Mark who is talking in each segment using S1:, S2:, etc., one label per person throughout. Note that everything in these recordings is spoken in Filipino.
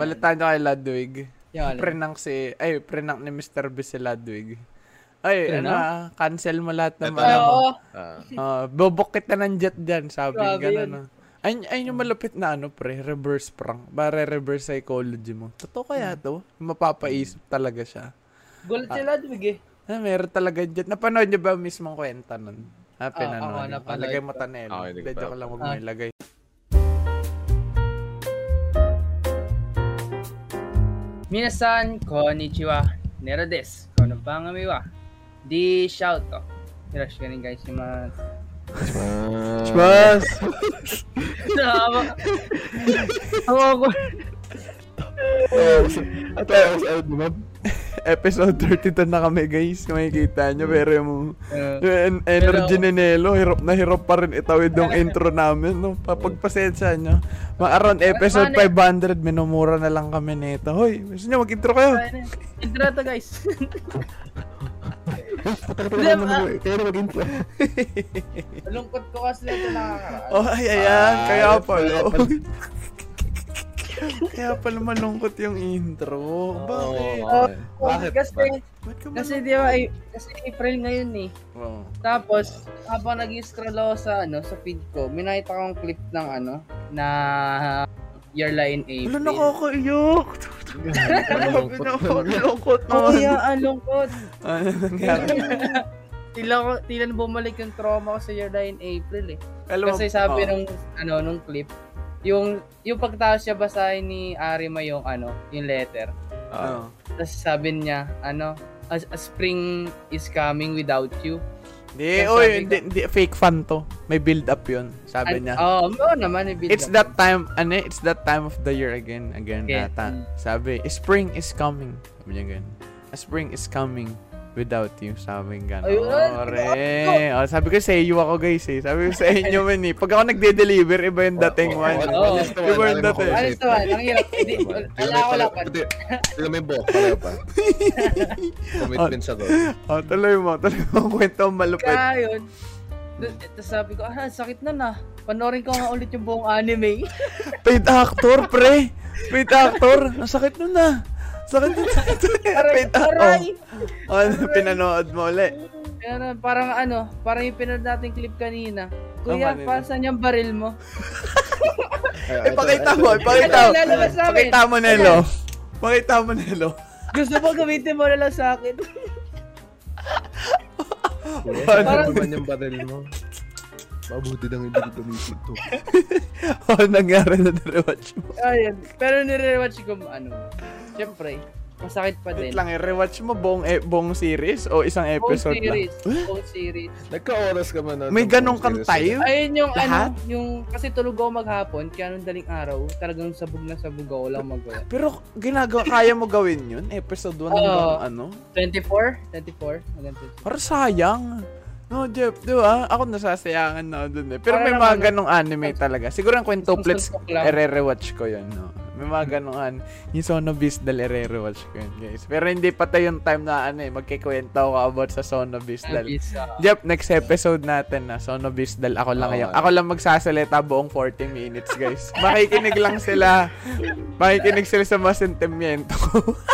S1: Balitaan nyo kay Ludwig.
S2: Ya,
S3: Yan.
S1: Prenank si, ay, prenank ni Mr. B si Ludwig. Ay,
S3: Prenank?
S1: ano, ah, cancel mo lahat ng
S4: Ito
S1: ano.
S4: na.
S1: mo.
S2: Oo.
S4: Ah.
S1: Ah, bubok kita ng jet dyan, sabi.
S2: Grabe
S1: Ganun,
S2: yun.
S1: ah. Ay, ayun yung malapit na ano, pre, reverse prank. Para reverse psychology mo. Totoo
S2: Hmm.
S1: kaya to? Mapapaisip talaga siya.
S2: Gulat si Ludwig eh.
S1: Ah, meron talaga dyan. Napanood niyo ba ang mismong kwenta nun? Ah,
S2: ako,
S1: pinanood.
S2: napanood
S1: lagay mo
S2: ko.
S1: tanel.
S4: Ah, hindi ko
S1: Hindi,
S4: pa-
S1: joke lang. Huwag mo
S2: Ah.
S1: ilagay.
S2: Minasan, konnichiwa. Nero des. Kono pangamiwa. Di shouto. Rush ka rin guys yung mga...
S4: Ah,
S1: Chmas!
S2: Nakakaba. Hawa ko.
S4: Ito yung episode, ma'am.
S1: Episode 32 na kami, guys. Kung makikita nyo, pero yung,
S2: Uh,
S1: yung en- energy
S2: Pero-
S1: ni Nelo, hirap na hirap pa rin itawid yung intro namin. No? Papagpasensya nyo. Mga around episode
S2: Paano-
S1: 500, minumura na lang kami nito. Hoy, gusto nyo mag-intro kayo?
S2: Intro to guys.
S4: Patatagal naman
S2: ah,
S4: ako eh. Kaya na mag-intro.
S3: Lungkot ko kasi ito nakakaraan.
S1: Oh, ay, ayan.
S4: Ah,
S1: kaya
S4: yes,
S1: pala.
S4: kaya pala.
S1: kaya pala malungkot yung intro. Bakit?
S4: Oo. Bakit?
S2: Oh, Bakit? Kasi,
S1: Ba't ka
S2: kasi
S1: malungkot?
S2: di ba, ay- kasi April ngayon eh.
S1: Oo.
S2: Tapos, habang nag-scroll ako sa, ano, sa feed ko, may nakita akong clip ng, ano, na Your Line April.
S1: Wala nakakaiyok. Grabe na ako. Lungkot
S2: Oo,
S1: naman.
S2: kaya ang lungkot.
S1: Ano nangyari?
S2: Tila, ko, tila na bumalik yung trauma ko sa Your Line April eh.
S1: Alam mo- oh,
S2: Kasi sabi
S1: Oo.
S2: nung, ano, nung clip, yung, yung pagkatapos niya basahin ni Arima yung, ano, yung letter.
S1: Oo.
S2: Tapos sabi niya, ano, a, a spring is coming without you.
S1: Hindi, oy,
S2: Kasi sabi ko-
S1: hindi, hindi, fake fan to. May build up yun, sabi niya.
S2: Oo, oh, oo naman. eh, build
S1: It's
S2: up.
S1: that time, ano, eh, it's that time of the year again, again
S2: Okay.
S1: ata.
S2: Mm.
S1: Sabi, spring is coming. Sabi niya ganun. Spring is coming without you. Sabi nga gano'n.
S2: Ayun! ano?
S1: Ore. Oh, sabi ko sa iyo ako guys eh. Sabi ko sa inyo man eh. Pag ako nagde-deliver, iba yung dating man.
S2: wala- Oo.
S1: Iba yung dating.
S2: Ano sa man? Ang hirap. Hindi, wala ko lang.
S4: Alam mo yung buhok, pareho pa. Commitment sa to.
S1: Oh, tuloy mo. Tuloy mo ang kwento ang malupit.
S2: Kaya yun. Tapos sabi ko, ah, sakit na na. Panorin ko nga ulit yung buong anime.
S1: Paid actor, pre. Paid actor. Ang sakit nun ah. Sakit nun.
S2: Aray,
S1: Paid actor.
S2: aray!
S1: Oh, ano, pinanood mo ulit.
S2: Pero parang ano, parang yung pinanood nating clip kanina. Kuya,
S1: Tama,
S2: para saan yung baril mo?
S1: Ipakita Eh, mo, ipakita mo.
S2: Ano lalabas namin?
S1: Pakita mo, Nelo. Pakita mo, Nelo.
S2: Gusto mo gamitin mo na lang sa akin.
S4: Parang naman yung baril mo. Mabuti nang hindi ko tumisip to.
S1: Oh, nangyari na rewatch mo.
S2: Ayun. Pero nire-watch ko ano. Siyempre, masakit pa din.
S1: Wait lang, eh, rewatch mo buong, e- buong series o isang
S2: Buong
S1: episode lang?
S2: series. Buong series.
S4: Nagka-oras ka man.
S1: May ganong kang time?
S2: Ayun yung
S1: Lahat?
S2: ano, yung kasi tulog ako maghapon, kaya nung daling araw, talagang sabog na sabog ako, wala akong magawa.
S1: Pero ginagawa, kaya mo gawin yun? Episode 1 hanggang
S2: Oo.
S1: ano?
S2: 24? 24? Hanggang 24.
S1: Parang sayang. No, Jeff, di ba? Ako nasasayangan na ako dun eh. Pero may
S2: Parang
S1: mga
S2: ano,
S1: ganong anime talaga. Siguro ang quintuplets,
S2: suntok lang.
S1: ere-rewatch ko yun, no? May mga ganong an. Yung Son of Beast dal, ere-rewatch ko yun, guys. Pero hindi pa tayo yung time na ano eh, magkikwento ako about sa Son of Beast
S2: Ang
S1: dal.
S2: bis, ah.
S1: Jeff, next episode natin na Son of Beast dal. Ako lang
S4: Oo,
S1: yung,
S4: ano.
S1: ako lang magsasalita buong 40 minutes, guys. Makikinig lang sila. Makikinig sila sa mga sentimiento ko.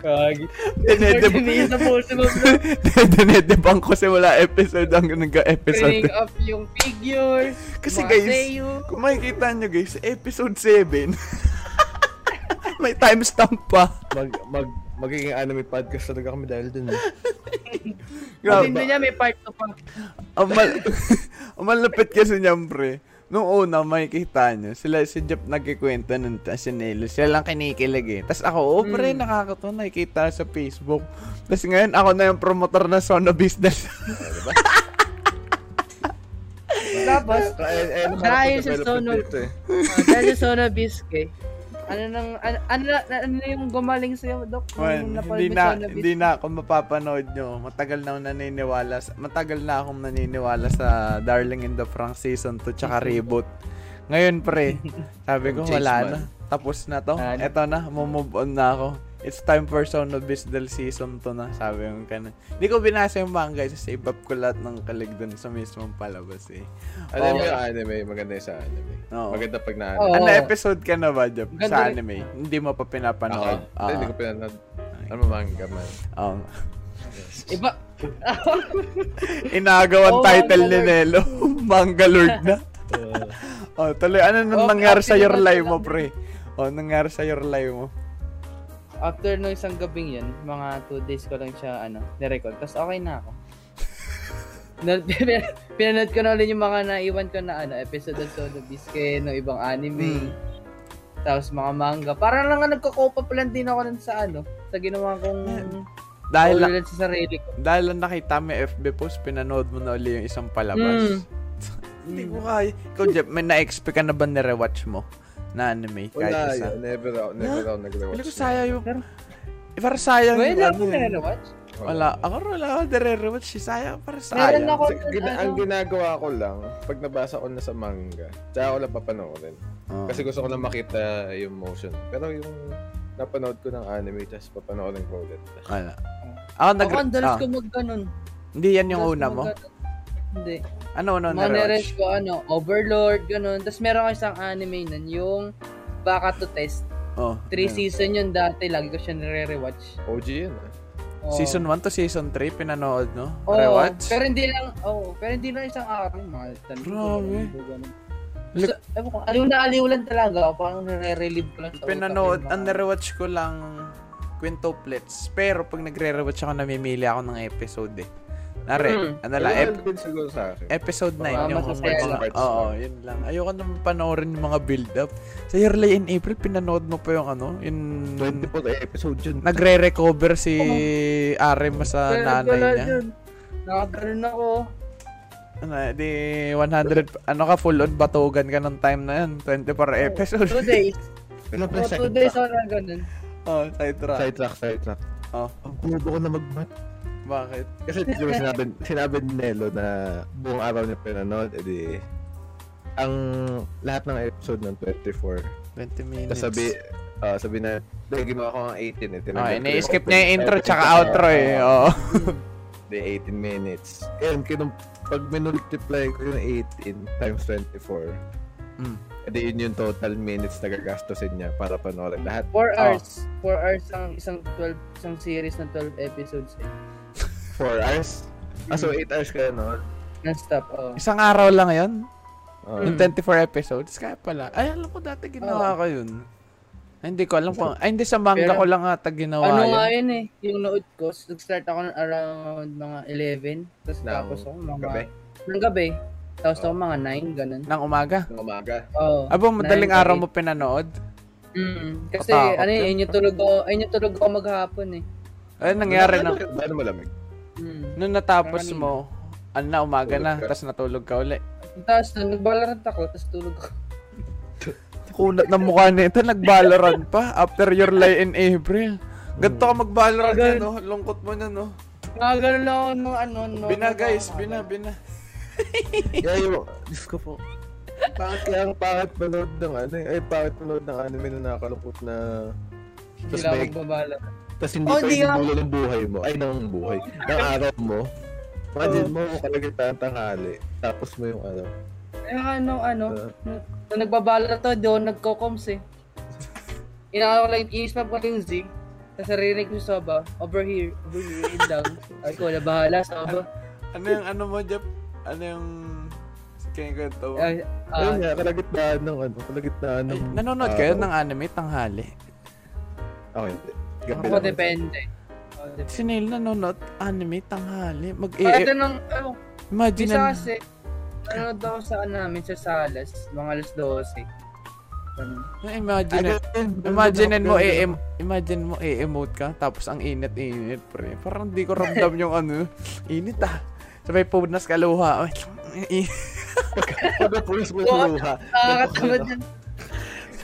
S2: Kagi.
S1: Dinedeb-
S2: Dinidip puso mo, bro.
S1: Dinedebang ko simula episode hanggang nagka-episode.
S2: Cleaning up yung figure.
S1: Kasi
S2: mga
S1: guys,
S2: sayo.
S1: kung makikita nyo guys, sa episode 7, may timestamp pa.
S4: Mag, mag, magiging anime podcast talaga kami dahil dun. eh.
S2: Kasi
S1: Grabe.
S2: hindi niya may part 2 pa.
S1: Ang, mal- ang malapit kasi niyan, pre. Nung una, makikita nyo, sila si Jeff nagkikwento nun, tas si Nelo, sila lang kinikilig eh. Tapos ako, oh pre,
S2: Hmm.
S1: nakakatawa, nakikita sa Facebook. Tapos ngayon, ako na yung promotor na Sono Business.
S2: Tapos,
S4: Ay, ay, ano,
S2: Dahil
S4: market
S2: sa
S4: development
S2: Sono.
S4: dito eh.
S2: ah, dahil sa Sona Bisque, ano nang ano, ano, ano, ano yung gumaling sa'yo, Doc? Ano
S1: Man,
S2: nung napalmi
S1: hindi na,
S2: Sona Bisque?
S1: hindi na ako mapapanood nyo. Matagal na akong naniniwala. Sa, matagal na akong naniniwala sa Darling in the Franxx season 2 tsaka reboot. Ngayon pre, sabi ko
S4: Chase
S1: wala
S4: Man.
S1: na. Tapos na to.
S2: Ano?
S1: Eto na, move on na ako. It's time for Sound of Beast del season to na, sabi yung kanan. Hindi ko binasa yung manga, isa save up ko lahat ng kalig dun sa mismong palabas eh.
S4: Alam
S1: Oo.
S4: mo yung anime, maganda yung sa anime.
S1: Oo.
S4: Maganda pag na
S2: Oo.
S1: Ano episode ka na ba, Jeb?
S2: Ganda
S1: Sa
S2: rin.
S1: anime? Hindi mo pa
S4: Ako,
S1: pinapanood.
S4: hindi, hindi ko pinanood. Ano ba manga man?
S1: Ah, um,
S2: Iba.
S1: inagawan
S2: Oh,
S1: title ni
S2: Manga Lord.
S1: Nelo. manga Lord na. oh, tuloy, ano nang
S2: Oh,
S1: nangyari sa
S2: grabe
S1: your
S2: naman
S1: life
S2: sila.
S1: mo, pre? Oh, nangyari sa your life mo.
S2: After no isang gabing yun, mga two days ko lang siya, ano, nirecord. Tapos okay na ako. Na- pin- Pinanood ko na ulit yung mga naiwan ko na ano, episode ng Solo Biscuit, ng ibang anime.
S1: Hmm.
S2: Tapos mga manga. Parang lang nga nagko-cope up lang din ako nun sa ano, sa ginawa kong
S1: Dahil
S2: Dahil
S1: lang,
S2: lang sa sarili ko.
S1: dahil lang nakita mo yung FB post, pinanood mo na uli yung isang palabas.
S2: Mm.
S1: Hindi mo kaya. Ikaw, Jeff, may na-expect ka na ba nire-watch mo na anime? Kahit
S4: Wala,
S1: isa.
S4: yun. never ako, never ako nag-rewatch.
S1: Hindi ko sayang yung... Eh, parang sayang
S2: Wala
S1: yung
S2: ako
S1: ano eh.
S2: na watch
S1: Wala. Ako rin wala ako nire-watch. eh. Sayang, parang sayang.
S2: Meron ako
S4: Sa-
S2: nun,
S4: gina-
S2: ano,
S4: ang ginagawa ko lang, pag nabasa ko na sa manga, tsaka ako lang papanoorin.
S1: Oh.
S4: Kasi gusto ko lang makita yung motion. Pero yung napanood ko ng anime, tapos papanoorin ko ulit.
S1: Wala. Ako nag...
S2: ako ang dalas
S1: ah,
S2: ko mag ganun.
S1: hindi yan yung
S2: Dalas
S1: una
S2: ko
S1: mo.
S2: mag-ganun. Hindi.
S1: Ano una
S2: Mga nire-watch
S1: nire-watch?
S2: ko, ano, Overlord, ganun. Tapos meron ko isang anime nun, yung Baka to Test.
S1: Oh,
S2: Three
S1: ano.
S2: season yun dati, lagi ko siya nire-rewatch.
S4: OG yun ah.
S2: Oo.
S1: Season 1 to season 3, pinanood, no?
S2: Oo,
S1: Rewatch?
S2: Oh, Pero hindi lang, oh, pero hindi lang isang araw, mga tanong.
S1: Grabe.
S2: So, ewan ko, aliw na aliw lang talaga. ako, Parang nire-relieve ko lang. sa utak
S1: pinanood,
S2: yung mga-
S1: ang nire-watch ko lang quintuplets. Pero pag nagre-rewatch ako, namimili ako ng episode eh. Nare,
S2: Mm.
S1: ano lang,
S4: Wala,
S1: ep-
S4: din siguro sa akin.
S1: episode 9
S2: Mga
S1: yung
S2: masasaya
S1: mga,
S4: lang.
S1: oo, yun lang. Ayoko naman panoorin yung mga build-up. Sa Yearly in April, pinanood mo pa yung ano, yung
S4: 24 episode yun.
S1: nagre-recover si Arema sa
S2: Pero
S1: nanay
S2: gano'n
S1: niya.
S2: yun. Nakaganon ako.
S1: Ano, di 100, ano ka, full on batugan ka ng time na yun. 24 episode.
S2: Two days.
S4: Wala
S2: Oh, two days ako na ganun.
S1: oh, side track.
S4: track, side track.
S1: Oh,
S4: Ang bubo ko na mag-mat.
S1: bakit?
S4: Kasi di ba sinabi, sinabi ni Nelo na buong araw niya pinanood, edi ang lahat ng episode ng 24
S1: 20 minutes.
S4: Tapos sabi, ah, sabi na, dahil ginawa ko ng 18 eh.
S1: Oh,
S4: tinanggal ko
S1: ini-skip
S4: yung
S1: niya yung intro tsaka outro eh. Oo.
S4: Hindi, 18 "Ah, minutes. Ayun, kinum, pag minultiply ko yung 18 times 24,
S1: Mm.
S4: edi yun yung total minutes na gagastusin niya para panoorin lahat.
S2: Four
S1: Oh.
S2: hours. Four hours ang isang 12, isang series ng 12 episodes. Eh.
S4: 4 hours? Ah, so 8 hours ka no?
S2: Non-stop. Oh.
S1: Isang araw lang yun.
S4: Oh.
S1: Yung 24 episodes. Kaya pala. Ay, alam ko dati ginawa ko yun. Ay, hindi ko alam kung... Ay, hindi sa manga ko
S2: Pero-
S1: lang ata ginawa
S2: ano
S1: yun.
S2: nga yun eh. Yung nood ko, s- nag-start ako ng around mga 11. Tapos
S4: Ng
S2: tapos ako mga...
S4: gabi?
S2: Ng gabi. Tapos
S4: Oh.
S2: ako mga 9, ganun.
S1: Nang umaga.
S4: Ng umaga.
S2: Oh.
S1: Abo, madaling araw
S2: gabi.
S1: mo pinanood.
S2: Mm. Kasi
S1: Patakot
S2: ano
S1: yun.
S2: eh, yun yung tulog ko, ayun yung tulog ko maghapon eh.
S1: Ay, nangyari na.
S4: Ano Ano malamig?
S2: Mm.
S1: Nung natapos
S2: Parang
S1: mo, ano na, umaga
S4: Tulog
S1: na.
S4: ka.
S1: Tapos natulog ka uli.
S2: Tapos nun, nagbalarant ako, tapos tulog ako.
S1: Kunat ng mukha nito. Nag-Valorant pa. After your lie in April. Ganto ka mag-Valorant
S2: Agad.
S1: na, no? Lungkot mo na, no?
S2: Mga ganun lang ako nung ano. nung-
S1: Bina, guys.
S2: nung-
S1: Bina, bina.
S4: Kaya yung,
S1: Diyos ko po.
S4: bakit kaya ang pangit manood ng ano eh, ay pangit manood ng anime na nakakalungkot na
S2: Hindi
S4: tapos
S2: lang
S4: may
S2: ako babala.
S4: Tapos hindi
S2: Oh,
S4: pa
S2: hindi nga. Oh.
S4: inubulo ng buhay mo. Ay, ng buhay. Ng araw mo. Imagine mo, kalagitang tanghali. Tapos mo yung ano.
S2: Kaya ano, ano,
S4: Uh,
S1: Diba?
S2: Nung nagbabala to, di ako nagko-coms eh. Inaano ko lang, inismap ko lang yung zig. Tapos narinig ko sa soba, over here, over here, and down. Ay ko, na bahala, soba.
S1: Ano yung ano mo, Jep? Ano yung... Kaya ko ito.
S2: Ay,
S4: ayun
S2: ah,
S4: nga, kalagitnaan ng ano. Kalagitnaan ng...
S1: Nanonood kayo ng anime tanghali.
S4: Oh, hindi. Gabi
S2: ako
S4: lang.
S2: depende. Ako depende.
S1: Si Neil nanonood anime tanghali. Mag
S2: Kaya
S1: i
S2: ganun, ano,
S1: imagine
S2: isa
S1: Eh, na,
S2: kasi, ano daw sa namin sa salas, mga alas 12. Ganun.
S1: imagine
S4: Ay,
S1: na-
S4: ganun,
S1: imagine
S4: ganun,
S1: Ano? mo
S4: ganun.
S1: i imagine mo i-emote ka tapos ang init-init pre. Parang di ko ramdam yung ano, init ah. Sabay punas kaluha. Ay, init.
S4: Pagkapulis mo yung luha.
S2: Nakakatamad yun.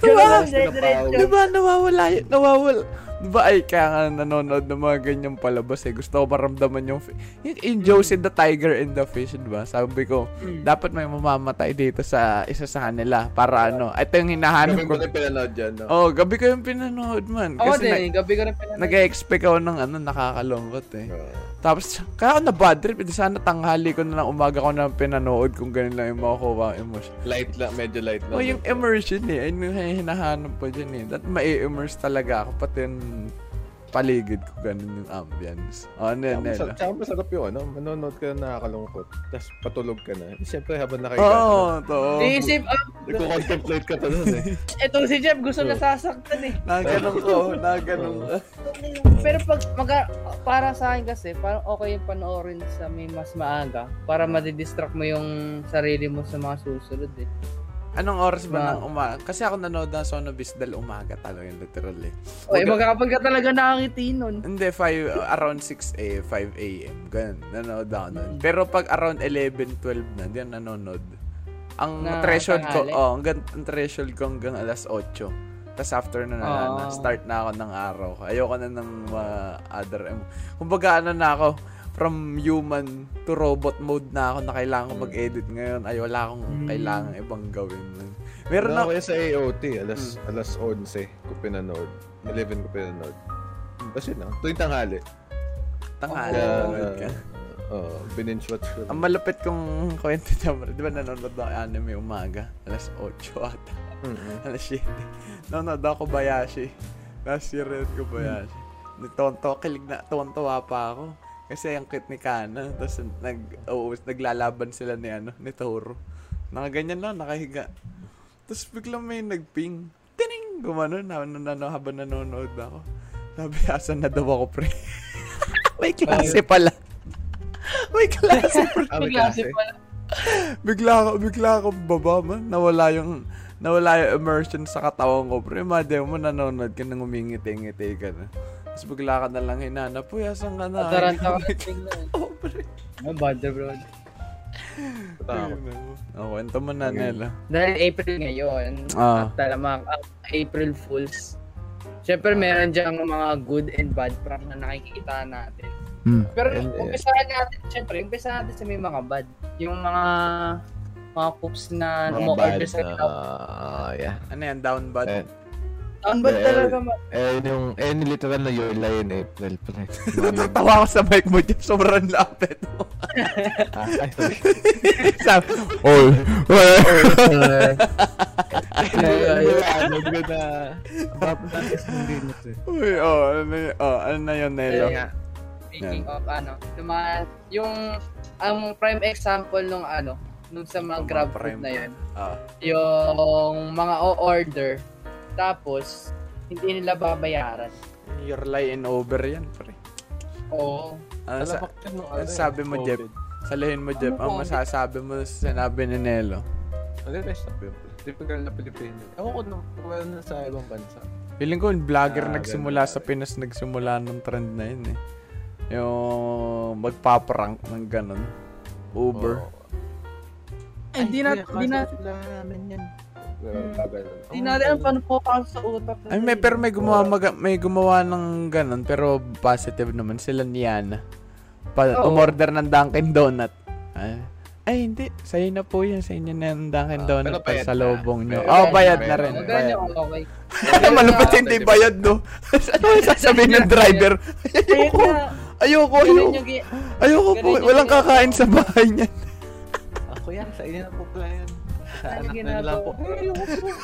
S1: Diba?
S4: Pagkapulis mo na pao.
S1: Diba nawawala yun? Nawawala. Di ba ay kaya nga nanonood ng mga ganyang palabas eh. Gusto ko maramdaman yung... fi- Yung in Josie the Tiger and the Fish, di ba? Sabi ko, dapat may mamamatay dito sa isa sa kanila. Para ano, ito yung hinahanap
S4: Gabi
S1: ko.
S4: mo na pinanood yan, no?
S1: Oh, gabi ko yung pinanood man.
S2: Ako
S1: Kasi
S2: din, gabi ko rin pinanood.
S1: nag-expect ako ng ano, nakakalungkot eh.
S4: Oo.
S1: Tapos, kaya ako na bad trip. Hindi sana tanghali ko na lang umaga ko na pinanood kung ganun lang yung makukuha ang emotion.
S4: light lang, medyo light lang.
S1: Oh, yung immersion eh. Ayun yung hinahanap pa dyan eh. That ma-immerse talaga ako. Pati yung paligid ko, ganun yung ambience. Oh, ano yun,
S4: Tsaka masarap,
S1: Nela?
S4: tsaka masarap yung ano, manonood ka na nakakalungkot. Tapos patulog ka na. Siyempre habang nakahiga.
S1: Oo,
S4: Oh.
S1: oh, totoo.
S2: Iisip, ah,
S4: Nagko-contemplate ka pa nun eh.
S2: etong si Jeff gusto nasasaktan eh.
S1: Naganon ko, naganon ko.
S2: Pero pag maga, para sa akin kasi, parang okay yung panoorin sa may mas maaga para madidistract mo yung sarili mo sa mga susunod eh.
S1: Anong oras ba
S2: Ba-
S1: ng umaga? Kasi ako nanood ng Son of Bisdal umaga talaga, yun, literal eh.
S2: O, eh,
S1: Huwag-
S2: magkakapag ka talaga nakangiti nun.
S1: Hindi, five, around 6 a.m., 5 a.m. Ganun, nanonood ako nun. Pero pag around 11, 12 na, diyan nanonood. Ang
S2: Na
S1: threshold ko,
S2: tanghali?
S1: oh, hanggang, ang threshold ko hanggang alas 8. Tapos after na, na, na,
S2: Ah.
S1: start na ako ng araw. Ayoko na ng mga other. em- Kumbaga ano na ako, from human to robot mode na ako na kailangan ko
S2: Hmm.
S1: mag-edit ngayon. Ay, wala akong kailangan ibang gawin. Meron
S4: Pero Hmm.
S1: na,
S4: ako eh, sa AOT, alas, alas 11 ko pinanood. 11 ko pinanood. Tapos yun lang, tuwing tanghali.
S1: tanghali.
S4: Kaya,
S1: nanonood ka.
S4: oo, binge watch ko.
S1: Ang malapit kong kwento niya, bro. Di ba nanonood ako ng anime umaga? Alas 8 ata.
S4: Mhm.
S1: Alas 7. Nanonood ako Kobayashi. Last year rin Kobayashi. Nitonto, kilig na, tuwan-tuwa pa ako. Kasi ang cute ni Kana. Tapos nag, oo, naglalaban sila ni, ano, ni Toro. Nakaganyan lang, nakahiga. Tapos biglang may nagping. Tining! Gumano na, na, na, na, habang nanonood ako. Sabi, asan na daw ako, pre? may klase pala. may klase, pre.
S4: Ah, may klase.
S2: pala.
S1: bigla ako, bigla ako baba man. Nawala yung, nawala yung immersion sa katawan ko. Pero imagine mo, nanonood ka nang umingiti-ngiti ka na. Tapos bigla ka na lang hinanap. Uy, asan ka na?
S2: Ataranta ka tingnan eh.
S1: Oh, pre.
S2: Ang bad bro.
S4: Takot.
S1: Oh, kwento mo na, Nela.
S2: Dahil April ngayon,
S1: Ah.
S2: at talamak, ang April Fools. Siyempre, meron dyan mga good and bad prank na nakikita natin. Pero
S4: And, eh,
S2: umpisahan natin, siyempre, umpisahan natin sa may mga bad. Yung mga mga poops na
S4: Mga
S2: mo-order
S4: bad,
S2: sa
S4: ah, yeah.
S1: Ano yan, down
S4: Eh,
S1: bad?
S2: Ang bad
S4: Eh,
S2: talaga ma-
S4: Eh, yung, eh, yung literal na yun lang yun, April. pre.
S1: Natatawa ako sa mic mo, Jeff. Sobrang lapit mo.
S4: Ah, ay, sorry.
S1: Sabi, all.
S4: Ano ba na?
S1: Uy, oh, ano, y- oh, ano na yun, Nelo?
S2: Ayun nga. Speaking of ano, yung mga, yung, ang prime example nung ano, nung sa mga
S1: Mga
S2: grab
S1: prime.
S2: food na yun,
S1: Ah,
S2: yung mga o-order, tapos, hindi nila babayaran.
S1: your lie and over yan, pre.
S2: Oo.
S1: Ano, sa,
S4: Talapak yun, no,
S1: ano
S4: ano,
S1: sabi mo, Jeff?
S4: COVID.
S1: Salahin mo, Jeff. Ang
S2: Ano COVID?
S1: masasabi mo sa sinabi ni Nelo.
S4: Ano yung rest of yun? Typical na Pilipino. Ewan ko nung wala na sa ibang bansa.
S1: Feeling ko yung vlogger
S4: Ah,
S1: nagsimula
S4: ganun.
S1: sa Pinas, nagsimula ng trend na yun eh. Yung magpaprank ng ganun. Uber.
S4: Oh.
S2: Hindi na, hindi na, hindi na rin ang panupokas sa utak.
S1: Ay, may, pero may gumawa, maga- may gumawa ng ganun, pero positive naman. Sila niyan. Pa-
S2: Oo.
S1: Umorder ng Dunkin' Donut. Ay, ay, hindi. Sa'yo na po yan. Sa inyo na yung Dunkin'
S4: Ah,
S1: Donut
S4: pero bayad
S1: sa lobong
S4: na.
S1: nyo.
S4: Pero
S1: Oh, bayad
S4: bayad
S1: na
S4: na.
S1: rin.
S4: Pero
S1: Bayad.
S2: Ganyan, okay.
S1: Malupit hindi bayad, no? Ano sasabihin ng driver?
S2: Ayun
S1: Ayoko.
S2: na,
S1: Ayoko,
S2: ganun
S1: ayoko.
S2: yung, gi-
S1: Ayoko po.
S2: Ganun yung
S1: Walang
S2: ginagawa
S1: kakain sa bahay niyan.
S4: Ako yan, sa inyo na po pala yan. Sa
S2: Ano
S4: anak na
S2: ginagawa?
S4: nila po. Ay, ayoko po.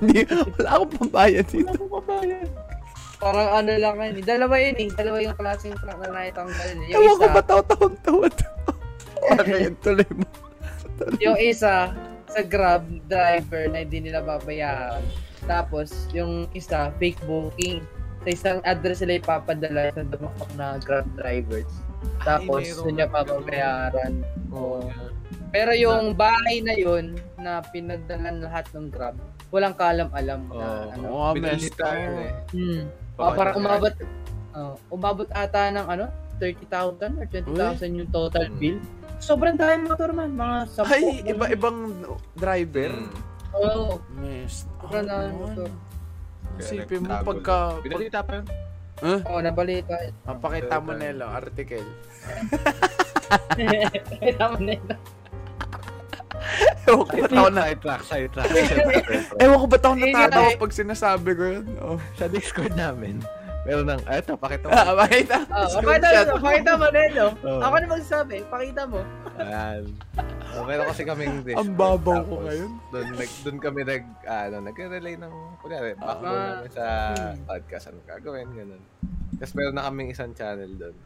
S1: Hindi, wala akong pambayad
S4: Wala
S1: dito.
S4: po kabayan.
S2: parang ano lang yun. Dalawa yun eh. Dalawa yung klaseng prank na naitanggal. Yung
S1: Ewan ko
S2: isa,
S1: ba taon taon Ano yun, tuloy mo.
S2: yung isa sa Grab driver na hindi nila babayaran. Tapos, yung isa, fake booking. Sa isang address sila ipapadala sa dumakpak na Grab drivers. Tapos,
S4: meron
S2: doon niya
S4: na
S2: papabayaran. Oo.
S4: Oo.
S2: Pero yung bahay na yun, na pinagdalan lahat ng Grab, walang kalam-alam na
S4: Oo.
S2: ano.
S1: Oh, Oo,
S4: Binili
S1: mess.
S4: tayo eh.
S2: Hmm.
S4: Baka
S2: parang
S4: na-
S2: umabot, oh, umabot ata ng ano, 30,000 or 20,000 yung total
S4: Hmm.
S2: bill. Sobrang dami motor man, mga 10.
S1: Ay, iba-ibang driver.
S4: Hmm.
S2: Oo.
S1: Mess.
S2: Sobrang dami motor.
S1: Isipin mo pagka... Pag,
S4: Pinalita pa yun.
S1: huh?
S2: Oo, Oh, nabalita.
S1: Mapakita mo na lang, article.
S2: Tama na yun.
S1: Ewan ko ba't ako na...
S4: Side track, side track.
S1: Ewan ko ba't ako
S2: Hindi,
S1: natatawa
S2: hindi.
S1: pag sinasabi ko yun. Oh.
S4: Sa Discord namin, meron ng, eto, pakita mo.
S1: Ah, makita.
S2: Oo,
S1: Screenshot. Oh.
S2: Oh, pakita mo, pakita mo, Nelo.
S4: Oo.
S2: Ako na magsasabi, pakita mo.
S4: Ayan. Uh, meron kasi kaming Discord.
S1: Ang babaw ko
S4: Tapos,
S1: ngayon.
S4: Doon, nag, doon kami nag, ano, nag-relay ng, kunyari, background
S2: Ah.
S4: namin sa podcast, ano gagawin, ganun. Tapos meron na kaming isang channel doon.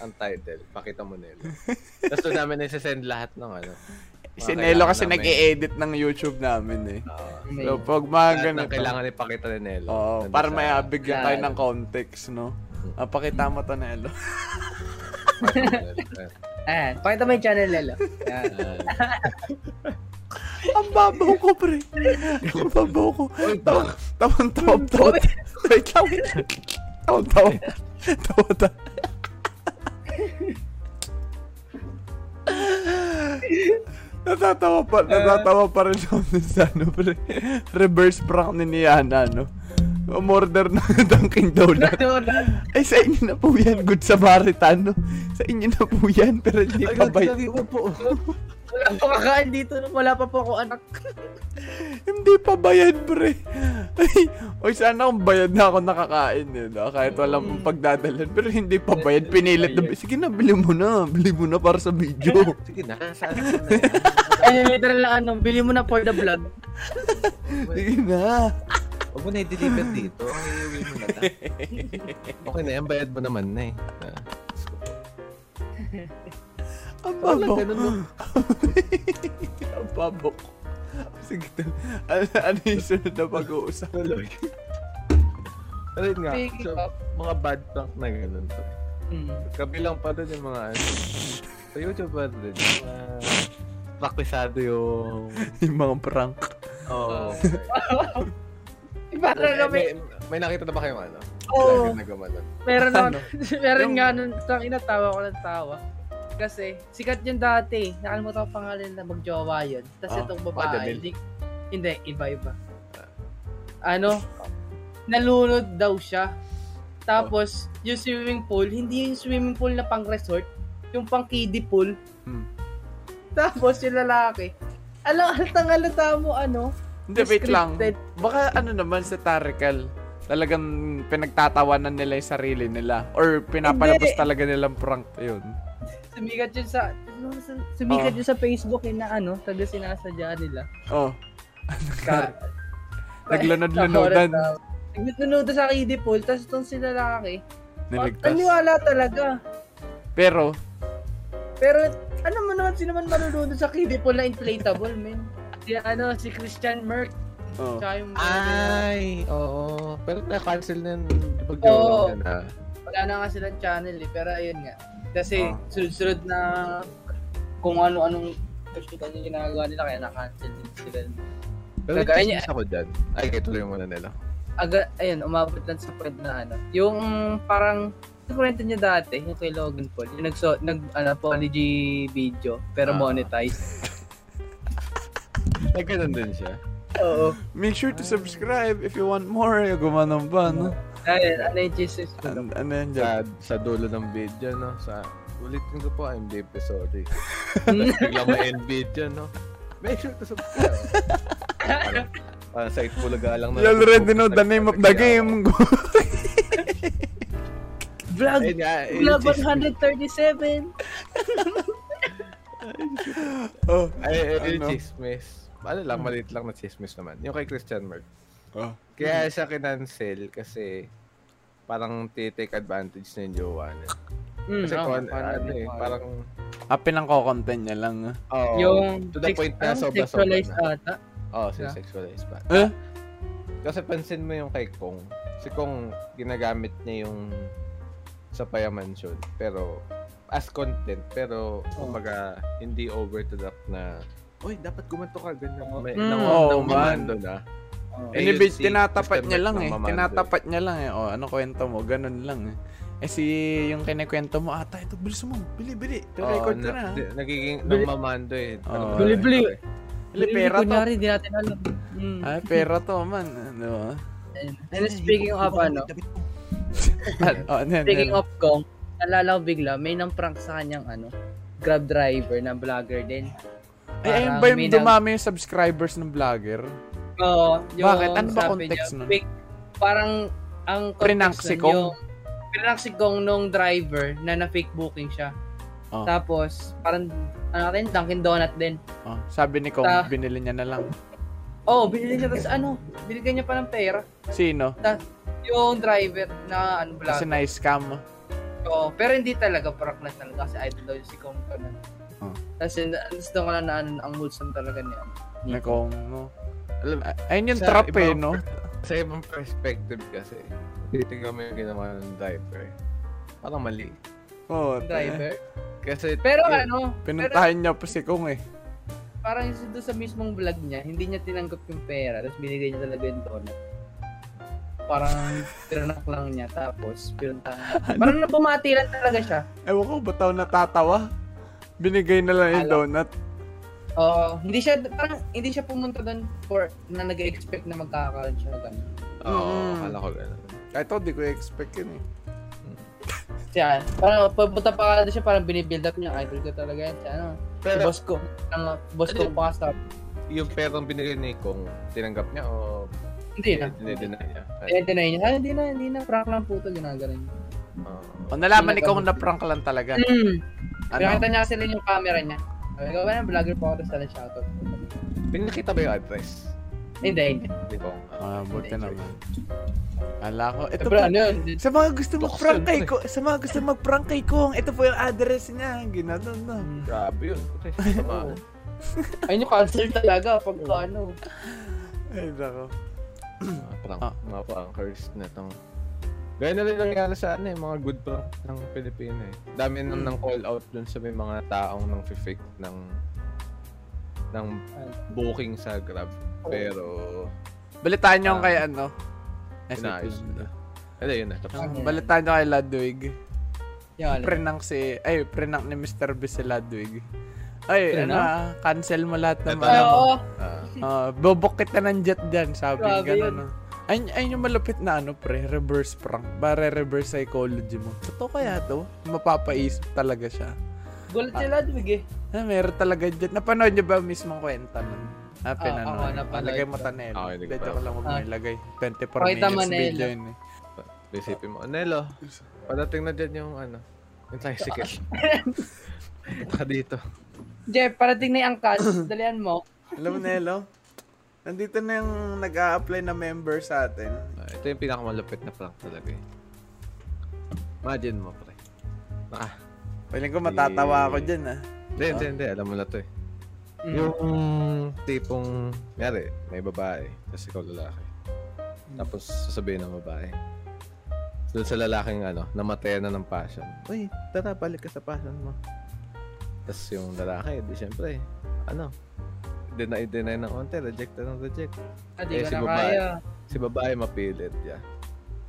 S4: Ang title, pakita mo nila. Tapos doon namin nagsisend lahat ng ano. mga
S1: Si Nelo
S4: kailangan
S1: kasi
S4: namin.
S1: nag-e-edit ng YouTube namin eh.
S4: Oo.
S1: So, pag mga
S4: lahat ng
S1: ganito.
S4: kailangan ipakita ni Nelo.
S1: Oo,
S4: Nandun
S1: para
S4: sa-
S1: may bigyan tayo
S2: Claro.
S1: ng context, no? Ah, pakita mo to, Nelo.
S2: Ayan, pakita mo yung channel, Nelo. Ayan.
S1: Ang babaw ko, pre. Ang babaw ko. Tawang, tawang, tawang, tawang. Wait lang, wait lang. Tawang, tawang. Tawang, tawang. Natatawa pa, natatawa pa rin ako dun sa ano, pre. Reverse prank ni Niana, no? Umorder na Dunkin' Donut. Ay, sa inyo na po yan, Good Samaritan, no? Sa inyo na po yan, pero hindi pa
S4: Kabay.
S1: bayad.
S2: Wala po kakaan dito, nung wala pa po ako anak.
S1: Hindi pa bayad, pre. Ay, oy, sana kung bayad na ako nakakain eh, no? Kahit walang pang pagdadalan. Pero hindi pa bayad. Pinilit na. Sige na, bili mo na. Bili mo na para sa video.
S4: Sige na, saan ako na eh. yan?
S2: Ayun, literal na ano, bili mo na for the vlog.
S1: Sige na.
S4: Huwag mo na i-deliver dito. Ang iiwi mo na lang. Okay na yan, bayad mo naman na eh. Ah.
S1: Ang
S4: Wala,
S1: babo.
S4: ganun lang.
S1: Ang babo. Sige na. Ano, ano yung sunod na pag-uusap?
S4: Tuloy. Pero yun nga,
S2: Pick
S4: so,
S2: up.
S4: mga bad prank na ganun to.
S2: Hmm.
S4: Kabilang pa doon yung mga ano. Sa YouTube pa doon, yung mga praktisado yung...
S1: Yung mga prank.
S4: Oo.
S2: Para
S4: may, may,
S2: kami,
S4: may nakita na ba kayong ano?
S2: ano, Oo.
S4: Na gumanon.
S2: meron na,
S1: Ano?
S2: meron
S1: Yung-
S2: nga nun, tang inatawa ko ng tawa. Kasi, sikat yun dati. Nakalimutan ko pangalan na magjowa yun. Tapos
S1: Ah,
S2: itong
S4: Father
S2: babae,
S4: Bill.
S2: hindi, hindi, iba-iba. Ano, nalunod daw siya. Tapos, yung swimming pool, hindi yung swimming pool na pang resort, yung pang kiddie pool.
S1: Hmm.
S2: Tapos yung lalaki, alam, altang alata mo, ano,
S1: Hindi, wait lang.
S2: Scripted.
S1: Baka ano naman sa Tarical, talagang pinagtatawanan nila yung sarili nila. Or pinapalabas
S2: Hindi.
S1: talaga nilang prank yun.
S2: sumikat yun sa, sumikat
S1: Oo.
S2: yun sa Facebook yun na ano, taga sinasadya nila.
S1: Oh.
S2: Ka-
S1: Naglunod-lunodan.
S2: Naglunodan sa kiddie pool, tapos itong sila lalaki,
S1: Naligtas.
S2: taniwala talaga.
S1: Pero,
S2: Pero, ano mo naman, sino man manunod sa kiddie pool na inflatable, men? Si, ano, si Christian Merck,
S1: oh.
S2: tsaka yung
S4: Ah.
S2: mga
S4: Ay, oo. Pero na-cancel na yun. Di ba
S2: Oo.
S4: gawin na?
S2: wala na nga silang channel eh, pero ayun nga. Kasi
S1: Ah.
S2: sunod-sunod na kung ano-anong kasutan yung ginagawa nila kaya na-cancel din sila.
S4: Pero
S2: Nagaya niya.
S4: nagkainis ako dyan. Ay, kaya tuloy mo na nila.
S2: Aga, ayun, umabot lang sa point na ano. Yung parang nakwento niya dati, yung kay Logan Paul, yung nagso, nag, ano, apology video, pero
S4: Ah.
S2: monetized.
S4: Nagkanon din siya.
S2: Oo.
S1: Make sure to subscribe if you want more. Yung gumanong ba, no?
S2: Ayun, ano yung Jesus ko lang.
S1: An- ano yan dyan?
S4: sa, sa dulo ng video, no? Sa, ulitin ko po, I'm Dave Sorry. Bigla may end video, no? Make sure to subscribe. parang, parang sa itpulaga lang na.
S1: You already know the name of the game.
S2: Vlog!
S4: Ayun nga, eh,
S2: Vlog
S4: just-
S2: 137!
S1: oh.
S4: Ay, ay, ay,
S1: Ano?
S4: chismis. Ano lang, maliit lang na chismis naman. Yung kay Christian Merck.
S1: oh.
S4: Kaya siya kinancel kasi parang titake advantage na yung jowa niya.
S2: Mm,
S4: Kasi
S2: oo,
S4: kung ano,
S2: parang
S4: ano eh,
S2: ano.
S4: parang,
S1: Ah, pinangko-content niya lang. ah.
S4: oh,
S2: yung
S4: to the
S2: sex-
S4: point na
S2: parang
S4: sobra-sobra
S2: sexualized
S4: na.
S2: ata.
S4: oh, sexualized pa.
S1: Eh?
S4: Kasi pansin mo yung kay Kong. Si Kong, ginagamit niya yung sa Paya Mansion. Pero, as content. Pero,
S1: Oh.
S4: kumbaga, hindi over to the na, Uy, dapat gumanto ka, ganyan.
S1: Oh.
S4: May,
S2: Mm.
S4: nang,
S1: Oo,
S4: nang
S1: man.
S2: Oh,
S4: mamando na.
S2: Oo.
S4: Eh,
S1: Anyway,
S4: yun si
S1: tinatapat
S4: Mr.
S1: niya
S4: Mac
S1: lang
S4: ng
S1: eh.
S4: Mamando.
S1: Tinatapat niya lang eh. Oh, ano kwento mo? Ganun lang eh. Eh si yung kinikwento mo ata, ito bilis mo. Bili, bili. Ito record ko na. Oh. ah.
S4: Oh, di- Nagiging
S2: Bili-
S4: nang mamando eh.
S1: Oo.
S4: Ano ba?
S2: Bili-bili.
S1: Bili, pera to.
S2: Kunyari, di natin alam. Mm.
S1: Ay, pera to man. Ano? ah.
S2: Ayun. And speaking of ano,
S1: Oh, ano yan,
S2: Speaking
S1: ano yan?
S2: of Gong, nalala ko bigla, may nang prank sa kanyang ano, grab driver na vlogger din.
S1: Ay, ayun
S2: parang
S1: ba yung
S2: may
S1: dumami yung subscribers ng vlogger?
S2: Oo.
S1: Bakit? Ano ba
S2: sabi
S1: context
S2: niya,
S1: nun?
S2: big- parang ang
S1: Prinank
S2: context
S1: si
S2: nun,
S1: Gong?
S2: yung- Prinank si Gong nung driver na na-fake booking siya.
S1: Oh.
S2: Tapos, parang ano rin, Dunkin Donut din.
S1: Oh, sabi ni Kong,
S2: Ta-
S1: binili niya na lang.
S2: Oh, binili niya tapos ano, binigyan niya pa ng pera.
S1: Sino?
S2: Yung driver na ano
S1: Kasi
S2: vlogger.
S1: na-scam.
S2: Oo, pero hindi talaga prank na talaga kasi idol daw si Gong ko nun.
S1: Oh.
S2: Tapos yun, gusto ko lang na ano, ang wholesome talaga niya.
S1: Ni Kong, no? Alam, ayun yung
S4: Sa
S1: trap
S4: ibang-
S1: eh, no?
S4: Sa ibang perspective kasi, titingnan mo yung ginawa ng driver. Parang mali.
S1: Oh,
S2: Driver.
S4: Kasi,
S2: Pero
S4: yun,
S2: ano,
S1: Pinuntahan niya pa si Kong eh.
S2: parang yung doon sa mismong vlog niya, hindi niya tinanggap yung pera, tapos binigay niya talaga yung donut. Parang tinanak lang niya, tapos pinuntahan. Parang napumati lang talaga siya.
S1: Ewan ko, ba't ako natatawa? Binigay na lang yung
S2: Alam.
S1: donut.
S2: Oo, hindi siya, parang hindi siya pumunta doon for, na nag-expect na magkakaroon siya. Ganun.
S4: Oo,
S1: Mm.
S4: akala ko ganun.
S1: Ito, di ko expect yun eh.
S2: Siya, ah, parang pagpunta pa ka doon siya, parang binibuild up niya, idol ko talaga yan. Siya, ano,
S4: Pero,
S2: boss ko, ang ah, boss ko pa sa,
S4: yung perang binigay ni Kong, tinanggap niya o
S2: hindi na.
S4: dinedeny niya?
S2: Eh, deny niya. Ah, hindi na, hindi na, prank lang puto, ginagano niya.
S4: Oo.
S1: O, Oh, nalaman ni Kong na prank lang talaga.
S2: Mm.
S1: Ano?
S2: Pinakita niya kasi rin yung camera niya. Sabi ko, "Wala, vlogger pa ako tapos talagang shoutout.
S4: Pinakita ba yung address?
S2: Hindi, hindi.
S4: Ni Kong.
S1: Ah, buti naman. Kala ko, ito
S2: Pero
S1: pa.
S2: ano yun?
S1: Sa mga gusto mag-prank
S4: Buksan
S1: kay
S4: mo eh.
S1: Kong, sa mga gusto mag-prank kay Kong, ito po yung address niya. Ginanon na.
S4: Grabe yun. Kasi, tama.
S2: Ayun yung concert talaga pag ano.
S1: Ay, nako.
S4: mga prank,
S1: Ah.
S4: mga prankers na tong. Gaya na rin nangyari sa ano eh, mga good prank ng Pilipino eh. Dami nang
S2: Hmm.
S4: nang call out dun sa may mga taong nang fake ng ng booking sa Grab. Pero,
S1: Balitaan niyo
S4: Ah.
S1: kay ano? Ay, sige.
S4: inaayos na. Ano yun na, tapos.
S2: Ano?
S1: Balitaan niyo kay Ludwig.
S2: Yung ano.
S1: Prenang si, ay, prenang ni Mr. B si Ludwig. Ay, ano
S2: Prenang?
S1: ah, cancel mo lahat ng
S4: Ito.
S1: ano
S2: Ay,
S1: mo.
S2: oo.
S4: Ah,
S1: Ah, bubok kita ng jet dyan, sabi
S2: Grabe yun.
S1: gano'n. Ay, ay yung malupit na ano pre, reverse prank. Bare reverse psychology mo. Totoo kaya to? Mapapaisip talaga siya.
S2: Gulat si Ludwig eh.
S1: Ah, meron talaga dyan. Napanood niyo ba mismong kwenta nun? Ah, pinanood.
S2: ako, napanood
S1: Lagay mo
S2: ko.
S1: tanel.
S4: Ah, hindi ko
S1: Hindi,
S4: pa-
S1: joke lang huwag mo
S2: Ah.
S1: ilagay. 24
S2: Pakita mo,
S1: minutes
S2: Nelo.
S1: video yun eh.
S4: isipin mo, Nelo, padating na dyan yung ano, yung tricycle. Punta ka dito.
S2: Jeff, parating na yung angkas. Dalian mo.
S1: Alam mo, Nelo? Nandito na yung nag-a-apply na member sa atin.
S4: Ah, ito yung pinakamalupit na prank talaga eh. Imagine mo, pre. Naka,
S1: Piling ko matatawa ako dyan ah.
S4: Hindi, hindi, hindi. Alam mo na to eh. Yung tipong, ngayari, may babae, tapos ikaw lalaki. Tapos sasabihin ng babae. Doon sa lalaking ano, namatayan na ng passion. Uy, tara, balik ka sa passion mo. Tapos yung lalaki, di syempre, ano, deny, deny ng konti, reject na ng reject.
S2: Hindi Mm. Ah, ko
S4: eh, si
S2: na
S4: babae.
S2: kaya.
S4: Si babae mapilit, yeah.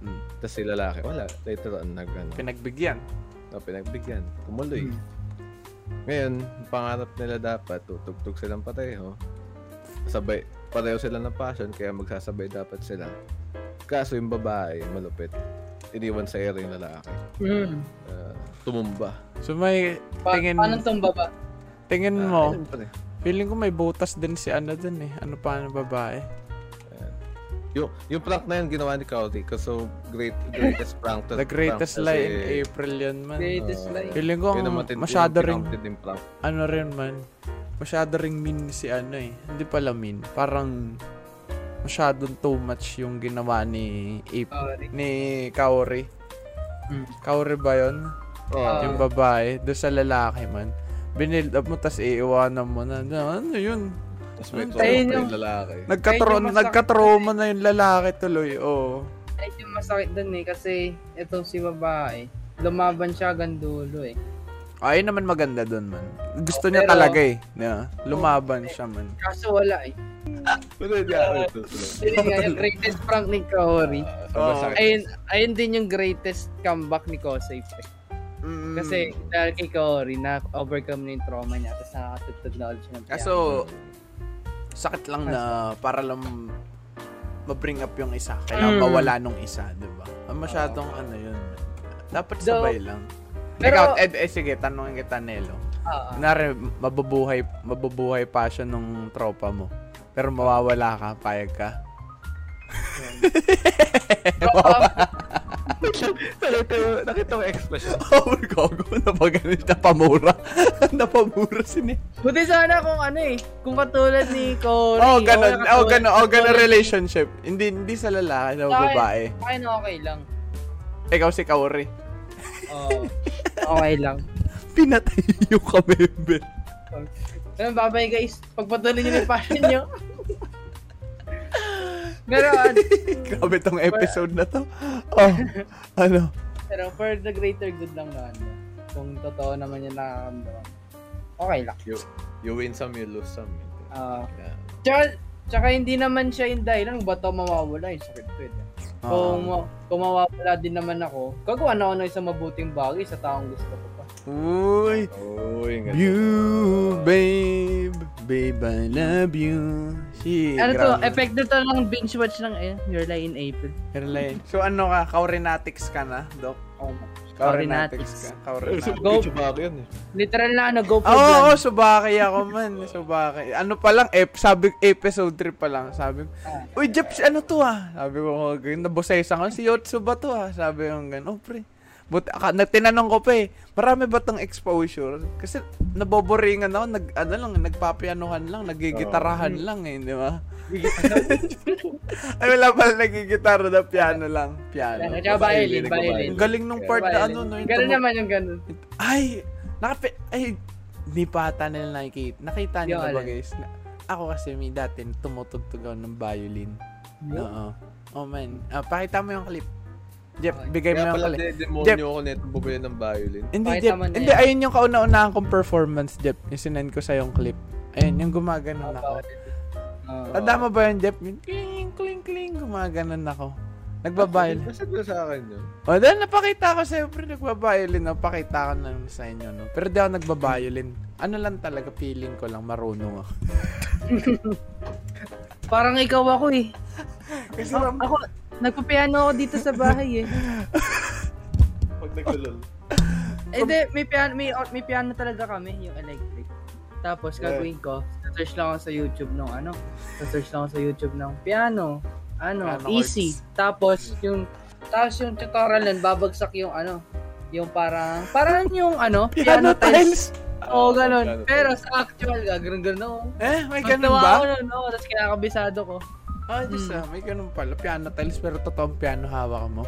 S1: Mm.
S4: Tapos si lalaki, wala, later on, nag, ano,
S1: Pinagbigyan.
S4: na pinagbigyan. Tumuloy.
S1: Hmm.
S4: Ngayon, ang pangarap nila dapat, tutugtog silang pareho. Sabay, pareho sila ng passion, kaya magsasabay dapat sila. Kaso yung babae, malupit. Iniwan sa ere yung lalaki.
S2: Mm.
S4: Ah, tumumba.
S1: So may
S2: Pa-
S1: tingin,
S2: Paano tong baba?
S1: tingin
S4: Ah,
S1: mo,
S4: ayun pa rin.
S1: feeling ko may butas din si ano dun eh. Ano pa ano babae?
S4: Yung, yung prank na yun ginawa ni Kaori. So, great, greatest prank. to-
S1: The greatest
S4: prank
S1: lie
S4: kasi,
S1: in April yun man.
S2: Greatest
S4: ah,
S2: life.
S1: Feeling ko
S4: yun ang matindi-
S1: masyado
S4: yung
S1: ring,
S4: pinakamatinding prank.
S1: ano rin man. Masyado ring mean si ano eh. Hindi pala mean. Parang masyadong too much yung ginawa ni April.
S2: Sorry.
S1: Ni Kaori.
S2: Mm.
S1: Kaori ba yun?
S4: Oh,
S2: Ah,
S1: yung babae. Doon sa lalaki man. Binild up mo tas iiwanan mo na. na- Ano yun?
S4: tapos
S1: Ayun
S4: may tropa
S2: yung-
S4: yung lalaki.
S1: Nagkatro-
S2: Medyo masakit.
S1: nagkatroma na yung lalaki tuloy. Oo.
S2: Ay, yung masakit dun eh, kasi itong si babae, lumaban siya gandulo eh.
S1: Ay naman maganda doon man. Gusto
S2: Oh,
S1: niya
S2: pero-
S1: talaga eh. Na, lumaban siya man.
S2: Kaso wala eh.
S4: Pero hindi ako ito.
S2: Yun nga, yung greatest prank ni Kaori.
S1: Oo.
S2: Ayun, ayun din yung greatest comeback ni Kosei. pre.
S1: Mm.
S2: Kasi dahil kay Kaori, na-overcome na yung trauma niya. Tapos nakakatugtog na ulit siya ng piano.
S1: Kaso, sakit lang na para lang ma-bring up yung isa. Kailangan
S2: Mm.
S1: mawala nung isa, di ba? Ang masyadong ano yun. Dapat
S2: Though-
S1: sabay lang.
S2: pero-
S1: Ikaw, eh, eh, sige, tanongin kita, Nelo.
S2: Ah, ah.
S1: Kunwari, mabubuhay, mabubuhay pa siya nung tropa mo. Pero mawawala ka, payag ka.
S2: Tropa-
S4: Nakita yung, nakita yung expression.
S1: Oh my God, na ba ganun? Napamura. Napamura si Nelo.
S2: Buti sana kung ano eh, kung katulad ni Corey.
S1: Oh,
S2: o
S1: ganun.
S2: katulad
S1: Oh, ganun.
S2: ni
S1: Oh, ganun
S2: Corey.
S1: relationship. Hindi, hindi sa lalaki, sa
S2: Sa akin-
S1: babae.
S2: Sa akin, okay lang.
S1: Ikaw si Kaori.
S2: Oo. okay lang.
S1: Pinatay yung kamember.
S2: Ayun, bye-bye guys. Pagpatuloy nyo na yung passion nyo. pero, ano,
S1: Grabe tong episode na to. Oh, ano?
S2: pero for the greater good lang na ano. Kung totoo naman yung nakakamdaman. Okay lang.
S4: You, you win some, you lose some.
S2: Ah,
S4: Yeah.
S2: tsaka, tsaka hindi naman siya yung dahilan kung ba't ako mawawala yung sakit ko. yun. Kung,
S1: Oh.
S2: ma- kung mawawala din naman ako, gagawa na ako ng isang mabuting bagay sa taong gusto ko pa.
S1: Uy.
S4: Oh, yung ganda.
S1: You, babe. Babe, I love you. Si,
S2: Ano to, effective to lang binge watch ng eh, Your Lie in April.
S1: Erlay. So ano ka? Kaurinatics ka na, Doc? ka.
S2: Kaurinatics.
S1: Kaurinatics.
S2: Go.
S4: Go back yun eh.
S2: Literal na ano, go for
S1: Oo, oh,
S2: oh,
S1: subaki ako man. Subaki. Ano pa lang, ep, sabi, episode 3 pa lang. Sabi ko, Uy, Jeps, ano to ah? Sabi ko, oh, ganyan, nabosesa ko. Si Yotsu ba to ah? Sabi ko, ganyan, oh pre. But, aka, na, tinanong ko pa eh, marami ba tong exposure? Kasi naboboringan ako, nag, ano lang, nagpapianuhan lang, nagigitarahan lang eh, di ba? Ay, wala pala nagigitara na piano lang. Piano.
S2: Piano, tsaka violin, violin.
S1: Ang galing nung part na ano, no, yung
S2: Ganun
S1: tumu-
S2: naman yung ganun.
S1: ay, nakapi... Ay, di pa ata nila nakikita. Nakita niyo
S2: Yung
S1: na ba
S2: alin?
S1: guys? Na- ako kasi may dati tumutugtog ako ng violin. Oo. Oh man. Ah, pakita mo yung clip. Jeff,
S2: Okay.
S1: bigay mo
S4: Kaya
S1: yung
S4: pala
S1: clip. Jeff.
S4: demonyo ko na ito bumili ng violin.
S1: Hindi,
S2: Pakita
S1: Jeff.
S2: mo na
S1: Hindi,
S2: yan.
S1: ayun yung kauna-unahan kong performance, Jeff. Yung sinend ko sa yung clip. Ayun, yung gumaganon ako.
S2: Ah,
S1: Tanda mo ba yun, Jeff? Yung kling, kling, kling. Gumaganon ako. Nagbabayol.
S4: Nasad na sa akin yun.
S1: O, Oh, dahil napakita ko sa'yo, pre, nagbabayolin. Napakita ko na sa inyo, no? Pero di ako nagbabayolin. Ano lang talaga, feeling ko lang, marunong ako.
S2: parang ikaw ako eh.
S1: Kasi
S2: Ako, nagpa-piano ako dito sa bahay eh.
S4: Pag nagulol.
S2: Eh di, may piano, may, oh, may piano talaga kami, yung electric. Tapos gagawin ko, search lang ako sa YouTube ng ano, search lang ako sa YouTube ng piano, ano,
S1: Piano
S2: easy. Tapos yung tapos yung tutorial nun, babagsak yung ano, yung parang parang yung ano,
S1: piano tiles.
S2: Oo,
S4: Ah,
S2: ganun. Pero sa actual, gagawin ganun.
S1: Eh, may
S2: Ay,
S1: ganun ba?
S2: Ako Hmm. nun, oo, tapos kinakabisado ko.
S1: Ah, Diyos ah, may ganun pala. Piano tiles, pero totoong piano hawak mo.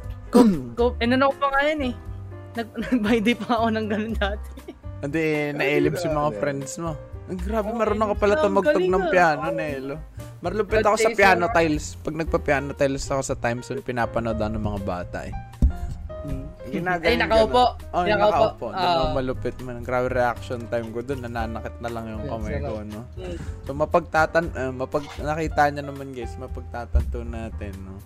S2: Go, eh, nanok pa nga yan eh. Nag, nag-by pa ako ng ganun dati.
S1: Hindi, na-ellipse yung mga
S4: grabe.
S1: friends mo. Ang grabe,
S2: Oo,
S1: marunong ka
S2: eh,
S1: pala
S2: grabe,
S1: tumugtog
S2: galing
S1: ng
S2: ah.
S1: piano,
S2: Oo.
S1: Nelo. Marlupit
S2: But
S1: ako sa
S2: they
S1: piano
S2: saw-
S1: tiles. Pag nagpa-piano tiles ako sa time zone, pinapanood ako ng mga bata eh. Ginagawa
S2: Ay,
S1: yung
S2: nakaupo.
S1: ganun. Oh, yung
S2: Nakaupo.
S1: nakaupo.
S2: Ah.
S1: Ano, malupit mo. Ang grabe reaction time ko doon. Nananakit na lang yung
S2: Yes,
S1: kamay ko, no?
S2: Mm.
S1: So, mapagtatan... eh, mapag... Nakita niya naman, guys. Mapagtatanto natin, no?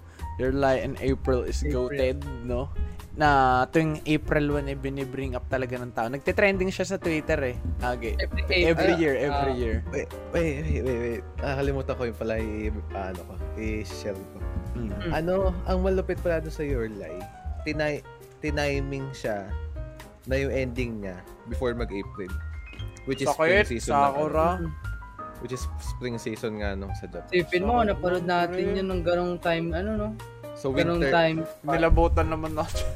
S1: Your lie in April is
S2: April.
S1: goated, no? Na tuwing April 1 eh, binibring up talaga ng tao. Nagte-trending siya sa Twitter, eh. Okay.
S2: Every,
S1: Every
S2: April.
S1: year, every
S2: Ah.
S1: year.
S4: Wait, wait, wait, wait. Nakakalimutan ko yung pala i- ano ko, i-share ko.
S1: Mm.
S2: Mm.
S4: Ano, ang malupit pala doon sa Your Lie, tinay, tiniming siya na yung ending niya before mag-April. Which is
S1: Sakit,
S4: spring season. na
S1: sakura.
S4: ano, which is spring season nga nung sa Japan.
S2: Isipin mo, napanood natin yun ng ganong time, ano no?
S4: So
S2: Ganong
S4: winter,
S2: time.
S1: Nilabutan naman natin.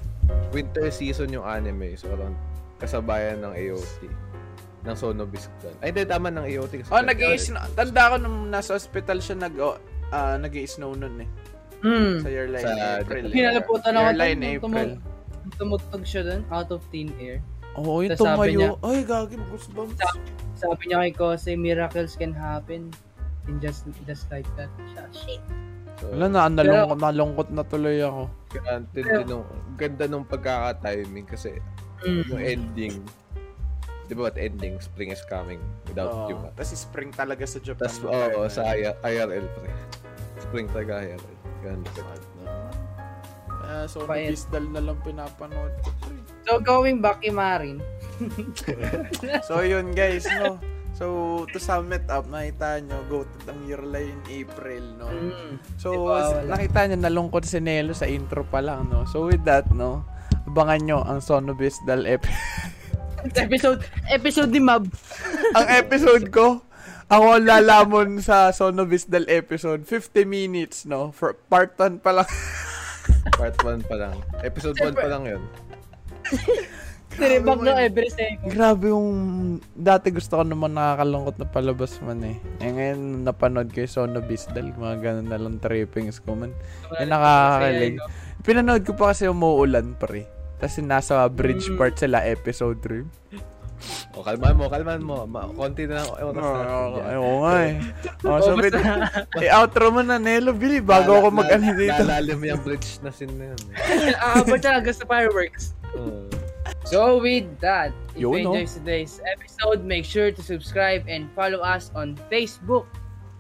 S4: winter season yung anime. So around kasabayan ng AOT. Ng Sonobisc. Ay, hindi, tama ng AOT. Kasi
S1: Oh, nag snow Tanda ko nung nasa ospital siya nag... Oh, ah, nag-i-snow nun eh.
S2: Hmm.
S1: Sa your line
S4: Sa-
S1: April. eh.
S2: Kinalaputan ako
S1: Your line
S2: dun,
S1: April.
S2: tumu- Tumugtog siya dun, out of thin air.
S1: Oo, yung
S2: Tapos sabi niya,
S1: tumayo. Ay, gagi, goosebumps.
S2: Sabi niya kay Kose, miracles can happen. And just just like that. Siya, Shit.
S4: So,
S1: Wala na, nalungkot, nalungkot na tuloy ako.
S4: granted din nung, ganda nung pagkaka-timing kasi yung
S2: Mm.
S4: ending. Di ba what ending? Spring is coming without you.
S1: Tapos spring talaga sa Japan.
S4: Tapos, oo, sa I- IRL pre. Spring talaga IRL. Ganda.
S1: Ah, so,
S2: Quiet.
S1: Bisdal na lang pinapanood. ko, pre.
S2: So going back kay Marin.
S1: so, yun guys, no? So, to sum it up, nakita nyo, goated ang Yurlay in April, no?
S2: Mm. Di
S1: So,
S2: ba,
S1: s-
S2: wala.
S1: nakita nyo, nalungkot si Nelo sa intro pa lang, no? So, with that, no? Abangan nyo ang Sonobis Dal Ep.
S2: episode, episode ni Mab.
S1: ang episode ko, ako ang lalamon sa Sonobis Dal episode. 50 minutes, no? For part 1 pa lang.
S4: Part 1 pa lang. Episode 1 pa lang yun.
S2: Tinibak
S1: Grabe,
S2: na
S1: man.
S2: every second.
S1: Grabe yung... Dati gusto ko naman nakakalungkot na palabas man eh. Eh ngayon, napanood ko yung Sono Bisdal. Mga ganun na lang trippings ko man. Eh, nakakakilig. Pinanood ko pa kasi umuulan pre. Tapos yung nasa bridge
S4: Mm.
S1: part sila, episode 3.
S4: O, kalmahan mo, kalmahan mo. Ma- konti na lang oras
S1: Oo
S4: natin dyan.
S1: oo nga eh. Oh, so, bit- eh, outro mo na, Nelo, Billy, bago
S4: Lala-
S1: ako mag-ano
S4: lala-
S1: dito.
S4: Lalalim yung bridge na scene na yun. eh.
S2: Aabot siya hanggang sa fireworks.
S4: Oo.
S2: So with that, if
S1: Yun,
S2: you
S1: no?
S2: enjoyed today's episode, make sure to subscribe and follow us on Facebook.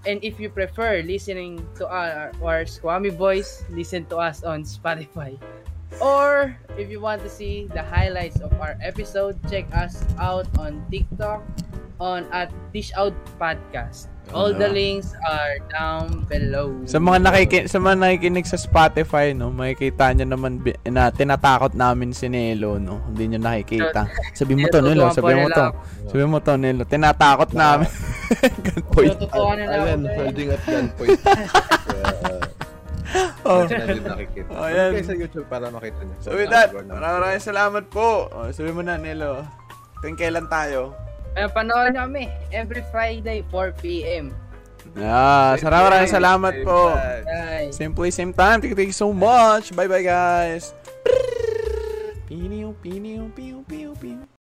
S2: And if you prefer listening to our, our Squammy Boys, listen to us on Spotify. Or if you want to see the highlights of our episode, check us out on TikTok on at Dish Out Podcast. All the links are down below.
S1: Sa mga nakikinig sa mga nakikinig sa Spotify no, makikita niyo naman bi- na tinatakot namin si Nelo no. Hindi niyo nakikita. Sabi mo to Nelo, sabi mo to. Sabi mo to Nelo, tinatakot namin. Gunpoint.
S2: Tututuan na lang
S4: Alan,
S2: ako. eh.
S4: holding up gunpoint.
S1: Oh.
S4: Kaya, hindi na nakikita.
S1: Oh, yan.
S4: Kayo sa YouTube para makita niyo.
S1: So with that,
S4: Ano,
S1: maraming maraming salamat po. Oh, sabi mo na Nelo. Kung kailan tayo?
S2: Ayan, panoorin niyo kami every Friday 4 p.m.
S1: Ah, maraming maraming salamat po.
S2: Bye.
S1: Simply same time. Thank you, thank you so much. Bye bye guys. Piniw, piniw, piniw, piniw, piniw.